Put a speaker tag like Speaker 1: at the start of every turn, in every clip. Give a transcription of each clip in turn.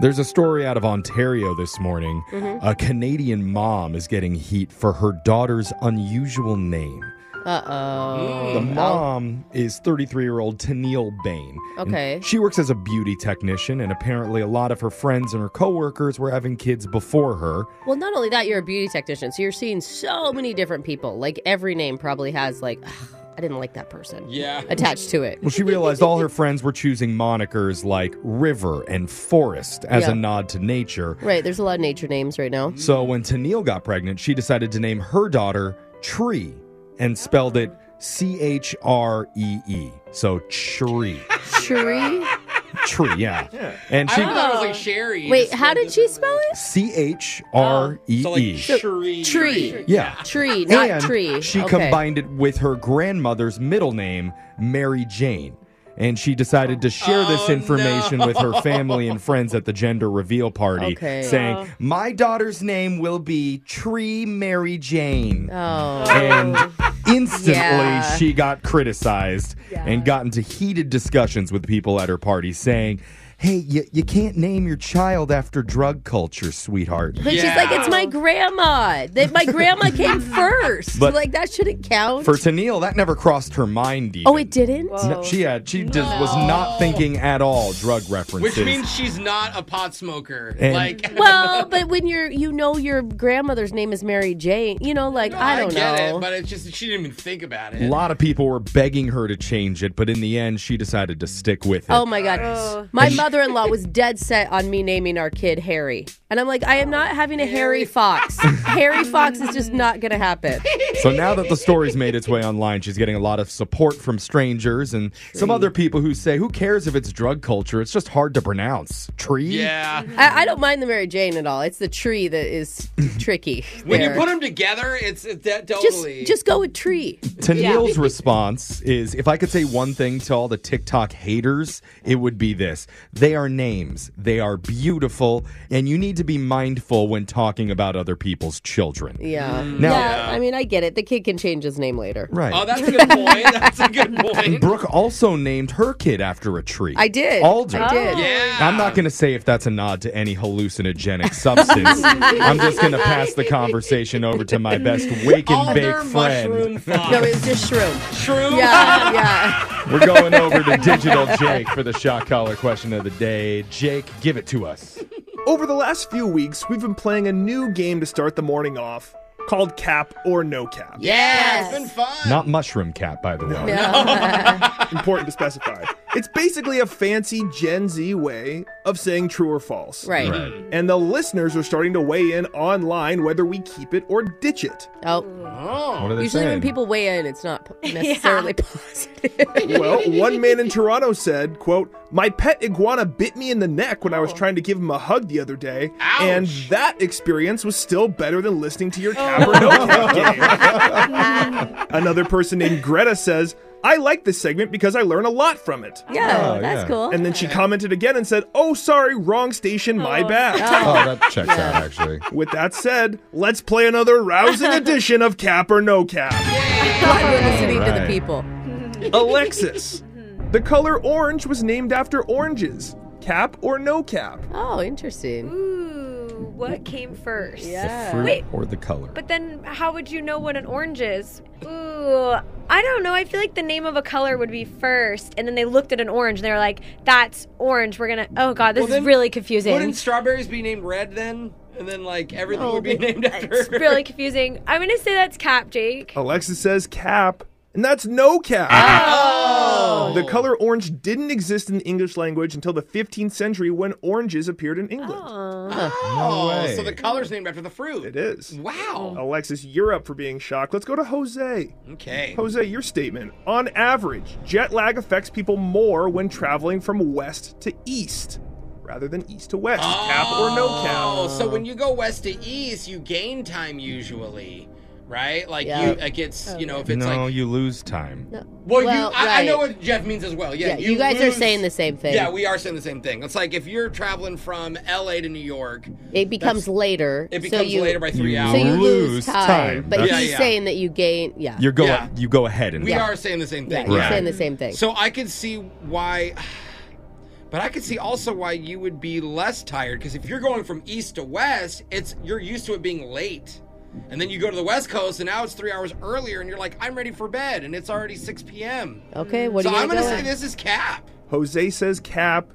Speaker 1: There's a story out of Ontario this morning.
Speaker 2: Mm-hmm.
Speaker 1: A Canadian mom is getting heat for her daughter's unusual name.
Speaker 2: Uh oh.
Speaker 1: The mom is 33 year old Tennille Bain. and
Speaker 2: Okay.
Speaker 1: She works as a beauty technician, and apparently, a lot of her friends and her coworkers were having kids before her.
Speaker 2: Well, not only that, you're a beauty technician, so you're seeing so many different people. Like every name probably has like, "Ugh, I didn't like that person.
Speaker 3: Yeah.
Speaker 2: Attached to it.
Speaker 1: Well, she realized all her friends were choosing monikers like river and forest as
Speaker 2: Yeah.
Speaker 1: a nod to nature.
Speaker 2: Right. There's a lot of nature names right now.
Speaker 1: So when Tennille got pregnant, she decided to name her daughter Tree and spelled it C H R E E. So Tree.
Speaker 2: Cherie.
Speaker 1: Tree, yeah. And
Speaker 3: I
Speaker 1: she
Speaker 3: thought it was like Sherry.
Speaker 2: Oh. Wait, how did she spell it?
Speaker 1: C H R E
Speaker 3: Oh, So like
Speaker 1: E.
Speaker 3: Sherry.
Speaker 2: Tree.
Speaker 1: Yeah.
Speaker 2: Tree, not
Speaker 1: and
Speaker 2: tree.
Speaker 1: She
Speaker 2: Okay.
Speaker 1: combined it with her grandmother's middle name, Mary Jane. And she decided to share this
Speaker 3: Oh,
Speaker 1: information with her family and friends at the gender reveal party,
Speaker 2: Okay.
Speaker 1: saying,
Speaker 3: Uh-huh.
Speaker 1: My daughter's name will be Tree Mary Jane.
Speaker 2: Oh.
Speaker 1: And instantly,
Speaker 2: Yeah.
Speaker 1: she got criticized and got into heated discussions with people at her party, saying, Hey, you, you can't name your child after drug culture, sweetheart.
Speaker 2: But she's
Speaker 3: Yeah.
Speaker 2: like, it's my grandma. That my grandma came first.
Speaker 1: But-
Speaker 2: like that shouldn't count.
Speaker 1: For Tennille, that never crossed her mind. Even.
Speaker 2: oh, it didn't.
Speaker 1: No, she had she just was not thinking at all drug references.
Speaker 3: Which means she's not a pot smoker.
Speaker 1: And-
Speaker 3: like,
Speaker 2: Well, but when you're, you know, your grandmother's name is Mary Jane. You know, like I don't
Speaker 3: get
Speaker 2: know.
Speaker 3: it, but it's just that she didn't even think about
Speaker 1: a
Speaker 3: it.
Speaker 1: lot of people were begging her to change it, but in the end, she decided to stick with it.
Speaker 2: Oh my god. My mother-in-law was dead set on me naming our kid Harry. And I'm like, I am not having a Harry Fox. Harry Fox is just not going to happen.
Speaker 1: So now that the story's made its way online, she's getting a lot of support from strangers and some other people who say, "Who cares if it's drug culture? It's just hard to pronounce." Tree.
Speaker 3: Yeah.
Speaker 2: I, I don't mind the Mary Jane at all. It's the tree that is tricky.
Speaker 3: When you
Speaker 2: there.
Speaker 3: put them together, it's, it's that
Speaker 2: just
Speaker 3: totally.
Speaker 2: just go with tree.
Speaker 1: Tennille's response is if I could say one thing to all the TikTok haters, it would be this. They are names, they are beautiful, and you need to be mindful when talking about other people's children.
Speaker 2: Yeah.
Speaker 1: Mm. Now-
Speaker 2: yeah. I mean, I get it. The kid can change his name later.
Speaker 1: Right.
Speaker 3: Oh, that's a good point. That's a good point.
Speaker 1: Brooke also named her kid after a tree.
Speaker 2: I did.
Speaker 1: Alder.
Speaker 2: I did.
Speaker 3: Yeah.
Speaker 1: I'm not going to say if that's a nod to any hallucinogenic substance. I'm just going to pass the conversation over to my best wake and
Speaker 3: Alder
Speaker 1: bake friend.
Speaker 3: mushroom
Speaker 1: Oh.
Speaker 3: fox.
Speaker 2: No, it was just shroom.
Speaker 3: Shroom.
Speaker 2: Yeah, yeah.
Speaker 1: We're going over to Digital Jake for the shot collar question of the day. Jake, give it to us.
Speaker 4: Over the last few weeks, we've been playing a new game to start the morning off called Cap or No Cap.
Speaker 3: Yeah, It's been fun.
Speaker 1: Not mushroom cat, by the way.
Speaker 4: Important to specify. It's basically a fancy Gen Z way of saying true or false.
Speaker 2: Right.
Speaker 1: Right.
Speaker 4: And the listeners are starting to weigh in online whether we keep it or ditch it.
Speaker 2: Oh,
Speaker 1: What are they
Speaker 2: usually when
Speaker 1: saying?
Speaker 2: people weigh in, it's not p- necessarily
Speaker 1: Oh,
Speaker 2: positive.
Speaker 4: Well, one man in Toronto said, quote, My pet iguana bit me in the neck when I was trying to give him a hug the other day, and that experience was still better than listening to your cap or no cap game." Another person named Greta says, I like this segment because I learn a lot from it.
Speaker 2: yeah,
Speaker 1: Oh,
Speaker 2: that's
Speaker 1: yeah.
Speaker 2: cool.
Speaker 4: And then she commented again and said, Oh, sorry, wrong station, my bad.
Speaker 1: Oh, that checks out, actually.
Speaker 4: With that said, let's play another rousing edition of Cap or No Cap.
Speaker 2: Glad we're listening to the
Speaker 1: Right.
Speaker 2: people.
Speaker 4: Alexis. The color orange was named after oranges. Cap or no cap?
Speaker 2: Oh, interesting.
Speaker 5: Ooh, what came first?
Speaker 2: Yeah.
Speaker 1: Fruit
Speaker 5: Wait.
Speaker 1: or the color?
Speaker 5: But then how would you know what an orange is? Ooh, I don't know. I feel like the name of a color would be first, and then they looked at an orange and they were like, that's orange. We're going to, oh God, this
Speaker 3: Well,
Speaker 5: is
Speaker 3: then
Speaker 5: really confusing.
Speaker 3: Wouldn't strawberries be named red then? And then like everything would be named after.
Speaker 5: it's really confusing. I'm going to say that's cap, Jake.
Speaker 4: Alexis says cap, and that's no cap.
Speaker 3: Oh.
Speaker 4: The color orange didn't exist in the English language until the 15th century when oranges appeared in England.
Speaker 3: Oh,
Speaker 1: way.
Speaker 3: so the color's named after the fruit.
Speaker 4: It is.
Speaker 3: Wow.
Speaker 4: Alexis, you're up for being shocked. Let's go to Jose.
Speaker 3: Okay.
Speaker 4: Jose, your statement. On average, jet lag affects people more when traveling from west to east rather than east to west. Cap or no cap?
Speaker 3: Oh, so when you go west to east, you gain time usually, right? Like
Speaker 2: Yeah. Oh,
Speaker 3: you, like it's you know if it's
Speaker 1: no,
Speaker 3: like
Speaker 1: you lose time.
Speaker 3: well, you.
Speaker 2: Well,
Speaker 3: I, I know
Speaker 2: right.
Speaker 3: what Jeff means as well. Yeah,
Speaker 2: Yeah, you, guys are
Speaker 3: lose-
Speaker 2: saying the same thing.
Speaker 3: Yeah, we are saying the same thing. It's like if you're traveling from L.A. to New York,
Speaker 2: it becomes later.
Speaker 3: it
Speaker 2: so
Speaker 3: becomes
Speaker 2: you,
Speaker 3: later by three
Speaker 1: you
Speaker 3: hours.
Speaker 2: So you lose,
Speaker 1: Lose
Speaker 2: time.
Speaker 1: time.
Speaker 2: But
Speaker 1: Yeah,
Speaker 2: he's
Speaker 3: yeah.
Speaker 2: saying that you gain. Yeah.
Speaker 1: You're go
Speaker 3: Yeah.
Speaker 1: you go ahead and
Speaker 3: we are saying the same
Speaker 2: yeah,
Speaker 3: thing.
Speaker 2: you're
Speaker 1: Right.
Speaker 2: saying the same thing.
Speaker 3: So I could see why. But I could see also why you would be less tired because if you're going from east to west, it's you're used to it being late. And then you go to the west coast and now it's 3 hours earlier and you're like, "I'm ready for bed." And it's already 6 p.m.
Speaker 2: Okay, what
Speaker 3: so
Speaker 2: do you
Speaker 3: I'm going to
Speaker 2: go
Speaker 3: say
Speaker 2: with?
Speaker 3: this is cap.
Speaker 4: Jose says cap,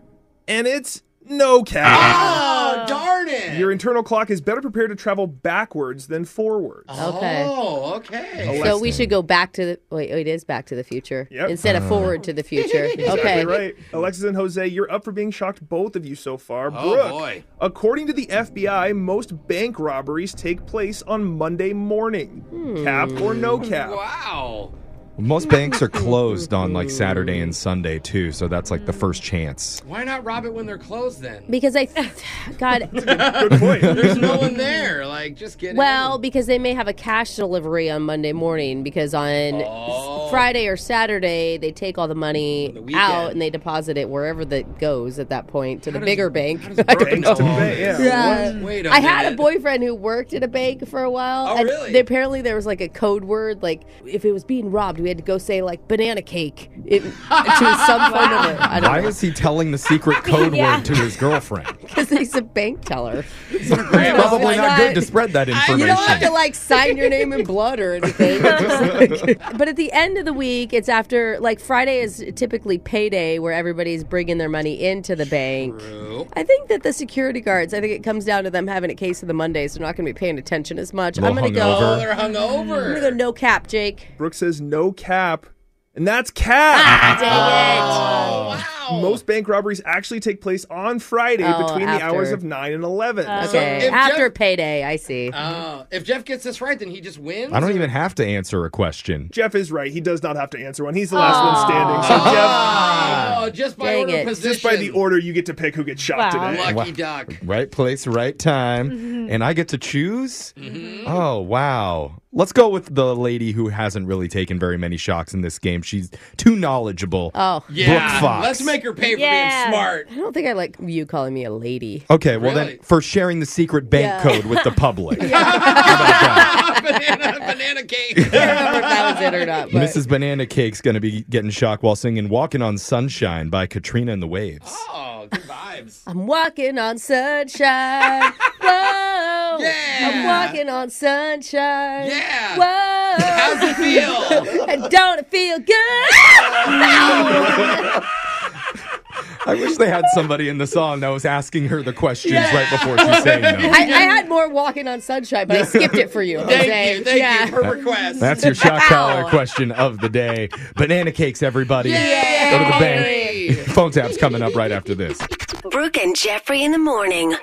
Speaker 4: and it's no cap.
Speaker 2: Ah!
Speaker 3: Oh, darn it.
Speaker 4: Your internal clock is better prepared to travel backwards than forwards.
Speaker 2: Okay.
Speaker 3: Oh, okay.
Speaker 2: So we should go back to the wait. It is Back to the Future
Speaker 4: Yep.
Speaker 2: instead of Forward to the Future. okay.
Speaker 4: Exactly right. Alexis and Jose, you're up for being shocked, both of you so far.
Speaker 3: Oh,
Speaker 4: Brooke,
Speaker 3: boy.
Speaker 4: according to the FBI, most bank robberies take place on Monday morning.
Speaker 2: Hmm.
Speaker 4: Cap or no cap?
Speaker 3: Wow.
Speaker 1: Most banks are closed on like Saturday and Sunday too, so that's like the first chance.
Speaker 3: Why not rob it when they're closed then?
Speaker 2: Because I, th- God,
Speaker 4: Good point.
Speaker 3: There's no one there. Like, just get
Speaker 2: well,
Speaker 3: in.
Speaker 2: because they may have a cash delivery on Monday morning because on s- Friday or Saturday they take all the money
Speaker 3: Oh. the weekend.
Speaker 2: out and they deposit it wherever that goes at that point to the
Speaker 3: does-
Speaker 2: bigger bank.
Speaker 3: How does
Speaker 2: I don't
Speaker 3: Brooke
Speaker 4: Banks to
Speaker 3: know all
Speaker 4: bank,
Speaker 3: this?
Speaker 4: yeah.
Speaker 2: Yeah.
Speaker 3: What? Wait a
Speaker 2: Oh. I had a
Speaker 3: minute.
Speaker 2: boyfriend who worked at a bank for a while.
Speaker 3: Oh,
Speaker 2: and
Speaker 3: really?
Speaker 2: they- apparently, there was like a code word. Like, if it was being robbed, we had to go say like banana cake it, to some phone number.
Speaker 1: Why
Speaker 2: I don't know
Speaker 1: is he telling the secret code
Speaker 5: Yeah.
Speaker 1: word to his girlfriend?
Speaker 2: because he's a bank teller.
Speaker 1: It's probably
Speaker 2: Why
Speaker 1: not
Speaker 2: not?
Speaker 1: good to spread that
Speaker 2: You
Speaker 1: information.
Speaker 2: don't have to like sign your name in blood or anything. Just, like- but at the end of the week, it's after like Friday is typically payday where everybody's bringing their money into the bank.
Speaker 3: True.
Speaker 2: I think that the security guards, I think it comes down to them having a case of the Mondays. They're not going to be paying attention as much.
Speaker 1: Little
Speaker 2: I'm going to
Speaker 1: hungover.
Speaker 2: go.
Speaker 3: Oh, they're hungover.
Speaker 2: I'm gonna go no cap, Jake.
Speaker 4: Brooke says no cap, and that's
Speaker 2: Ah,
Speaker 4: cap.
Speaker 3: Oh, Wow.
Speaker 4: Most bank robberies actually take place on Friday
Speaker 2: Oh,
Speaker 4: between the hours
Speaker 2: after.
Speaker 4: of 9 and 11.
Speaker 2: Okay,
Speaker 3: if
Speaker 2: after
Speaker 3: Jeff-
Speaker 2: payday, I see.
Speaker 3: Oh, if Jeff gets this right, then he just wins.
Speaker 1: I don't even have to answer a question.
Speaker 4: Jeff is right. He does not have to answer one. He's the last one standing. So,
Speaker 3: Oh, just by
Speaker 2: Dang
Speaker 3: order
Speaker 2: it.
Speaker 3: of position.
Speaker 4: Jeff, just by the order, you get to pick who gets shot
Speaker 5: Wow.
Speaker 4: today.
Speaker 3: Lucky
Speaker 1: Wow.
Speaker 3: duck.
Speaker 1: Right place, right time,
Speaker 2: Mm-hmm.
Speaker 1: and I get to choose? Oh, wow. Let's go with the lady who hasn't really taken very many shocks in this game. She's too knowledgeable.
Speaker 2: Oh,
Speaker 3: Yeah.
Speaker 1: Brooke Fox.
Speaker 3: Let's make her pay for
Speaker 5: Yeah.
Speaker 3: being smart.
Speaker 2: I don't think I like you calling me a lady.
Speaker 1: Okay, well
Speaker 3: Really?
Speaker 1: then for sharing the secret bank
Speaker 2: Yeah.
Speaker 1: code with the public.
Speaker 3: banana, banana cake.
Speaker 2: I don't remember if that was it or not. But
Speaker 1: Mrs. Banana Cake's going to be getting shocked while singing Walking on Sunshine by Katrina and the Waves.
Speaker 3: Oh, good vibes.
Speaker 2: I'm walking on sunshine. Whoa. I'm
Speaker 3: Yeah.
Speaker 2: walking on sunshine.
Speaker 3: Yeah. How's
Speaker 2: Whoa.
Speaker 3: it feel?
Speaker 2: and don't it feel good?
Speaker 1: I wish they had somebody in the song that was asking her the questions right before she sang them.
Speaker 2: I, I had more walking on sunshine, but I skipped it for you. Jose.
Speaker 3: Thank you. Thank
Speaker 2: yeah.
Speaker 3: you for request.
Speaker 1: That's your shock collar question of the day. Banana cakes, everybody. Go to the bank. Phone tap's coming up right after this.
Speaker 6: Brooke and Jeffrey in the morning.